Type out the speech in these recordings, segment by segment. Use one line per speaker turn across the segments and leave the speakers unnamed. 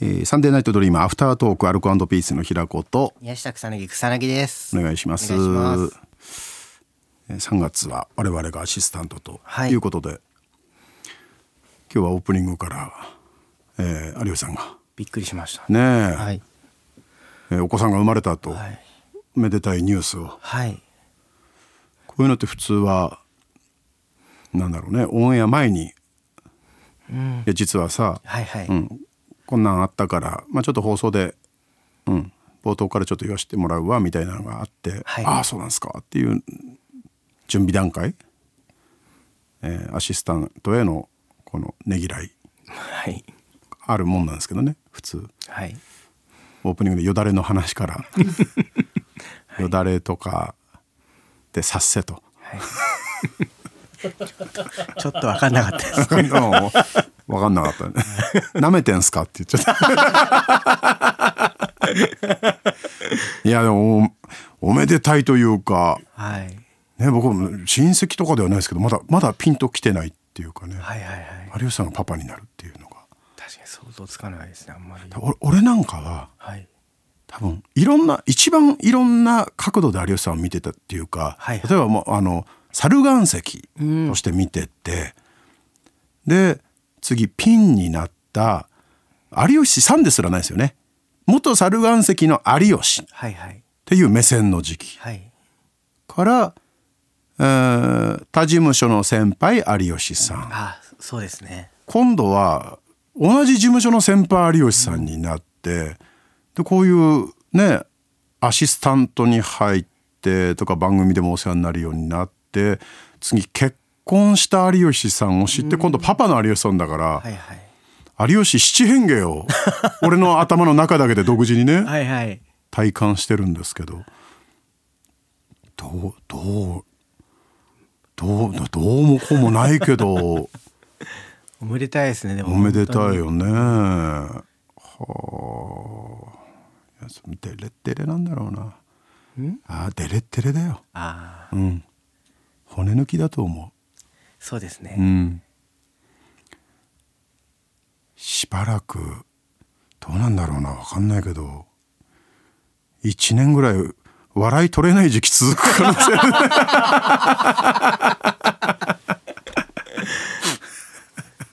えーサンデーナイトドリームアフタートークアルコピースの平子と
宮下草薙草薙です
お願いします。
お願いします
えー3月は我々がアシスタントと
はい
いうことで、今日はオープニングから、えー有吉さんが
びっくりしました
ねえ、
はい
えーお子さんが生まれたと、
はい
めでたいニュースを
はい
こういうのって普通はなんだろうねオンエア前に、いや実はさ、
はいはい、
うん、こんなんあったから、まあ、ちょっと放送で、うん、冒頭からちょっと言わせてもらうわみたいなのがあって、
はい
ああそうなんですかっていう準備段階、えーアシスタントへのこのねぎらい
はい
あるもんなんですけどね普通
はい
オープニングでよだれの話 から よだれとかでさっせと。
ちょっと分かんなかったです
分かんなかったね 「なめてんすか?」って言っちゃった いやでもおおめでたいというか、
はい
ね、僕も親戚とかではないですけどまだまだピンときてないっていうかね、
はいはいはい
有吉さんがパパになるっていうのが
確かに想像つかないですねあんまり
お俺なんかは
はい
多分いろんな一番いろんな角度で有吉さんを見てたっていうか、
はい
例えばもうあの猿岩石として見てて、で次ピンになった有吉さんですらないですよね元猿岩石の有吉っ
はいはい
ていう目線の時期
はい
から、えー他事務所の先輩有吉さん
あそうですね
今度は同じ事務所の先輩有吉さんになってでこういうねアシスタントに入ってとか番組でもお世話になるようになって次結婚した有吉さんを知って今度パパの有吉さんだから、
はいはい
有吉七変化 を俺の頭の中だけで独自にね
はいはい
体感してるんですけどどうどうどうどうもこうもないけど。
おめでたいですねでも
おめでたいよ
よ
ね。はあ。いや、そのデレッデレなんだろうな。ああ、デレッデレだよ。
あ
う
あ
ん。骨抜きだと思
そうですね、
う。うん。しばらく。どうなんだろうな、わかんないけど。一年ぐらい。笑い取れない時期続く可能性ある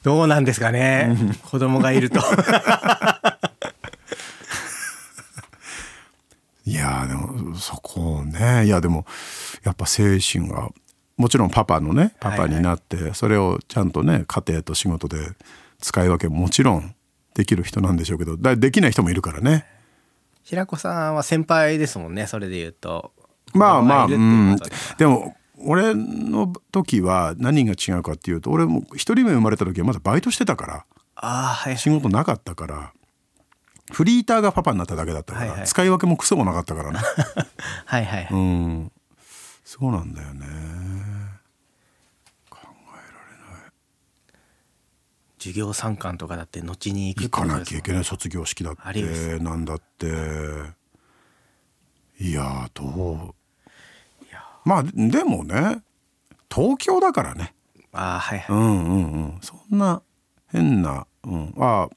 どうなんですかね子供がいると
いやーでもそこをねいやでもやっぱ精神がもちろんパパのねパパになって、それをちゃんとね家庭と仕事で使い分けもちろんできる人なんでしょうけどだできない人もいるからね
平子さんは先輩ですもんねそれで言うと
まあまあ
子
う
供が
ん
いるっていうことで
でも俺の時は何が違うかっていうと俺も一人目生まれた時はまだバイトしてたから
ああはい
仕事なかったからフリーターがパパになっただけだったから、
はいはい
使い分けもクソもなかったからね。
はいはいはい、
うん、そうなんだよね。
授業参観とかだって後に行く
行
ってこ
か
とですもん
なきゃいけない卒業式だっ
ありです
てなんだっていやーどう
いや
まあでもね東京だからね
ああはいは
う
い
んうんうんそんな変な、うん、あ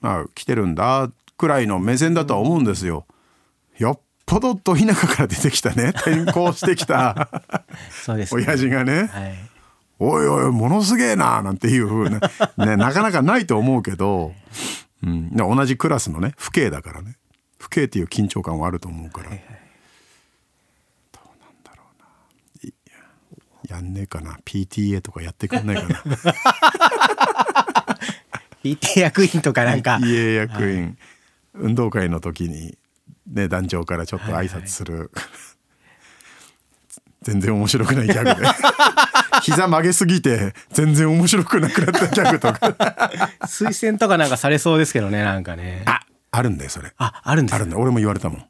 あああ来てるんだくらいの目線だとは思うんですよ。よっぽどど田舎から出てきたね転校してきた
そうです、
親父がね。
はい
おいおいものすげえななんていう風なね なかなかないと思うけど、うん、で同じクラスのね父兄だからね父兄っていう緊張感はあると思うから、
はい
やんねえかな PTA とかやってくんないかな
PT 役員とかなんか
PTA 役員、運動会の時に、ね、団長からちょっと挨拶する、 全然面白くないギャグで膝曲げすぎて全然面白くなくなったギャグとか
推薦とかなんかされそうですけどねなんかね
ああるんだよそれ
ああるんです
あるんだよ俺も言われたもん。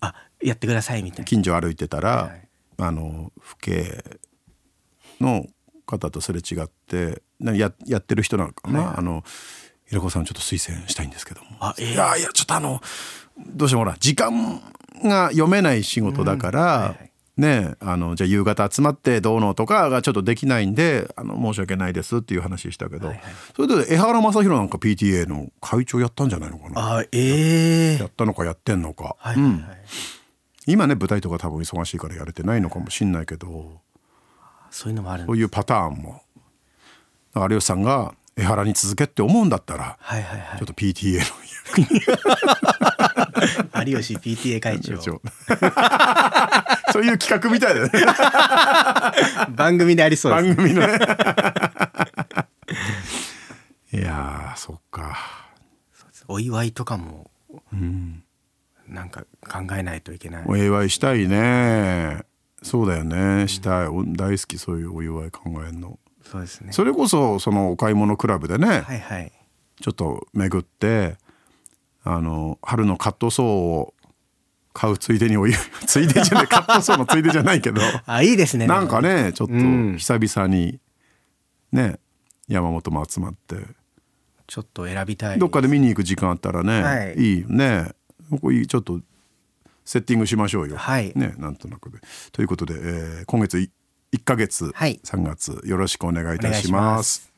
あやってくださいみたいな
近所歩いてたら、
い
あの父兄の方とすれ違ってなややってる人なのかな、あの平子さんちょっと推薦したいんですけども
あええ
いやいやちょっとあのどうしてもほら時間が読めない仕事だから、
いはい
ねあのじゃあ夕方集まってどうのとかがちょっとできないんであの申し訳ないですっていう話したけど、それで江原正宏なんか PTA の会長やったんじゃないのかな
あええ
やったのかやってんのか、
はい、
うん
はい
今ね舞台とか多分忙しいからやれてないのかもしんないけど
そういうのもあるん
そ
だ
ういうパターンもだから有吉さんが江原に続けって思うんだったら
はいはいは
ちょっと PTA の
い有吉 PTA 会長
一応 そういう企画みた いだね
番組でありそうです
番組のね いやーそっか
お祝いとかも、なんか考えないといけない
お祝いしたいねそうだよねしたいお大好きそういうお祝い考えるの
そうですね
それこそそのお買い物クラブでね、
はいはい
ちょっと巡ってあの春のカットソーを買うついで にお湯ついでじゃないカットソーのついでじゃないけど
あいいです ね
なんか
ね
ねちょっと
うん
久々にね山本も集まって
ちょっと選びたい
どっかで見に行く時間あったらね、
はい
い、いよねここいいちょっとセッティングしましょうよ。
はい
ねなんとなくで。ということで、えー今月い1ヶ月、
はい
3月よろしくお願いいた
お願い
し
しま
ますす。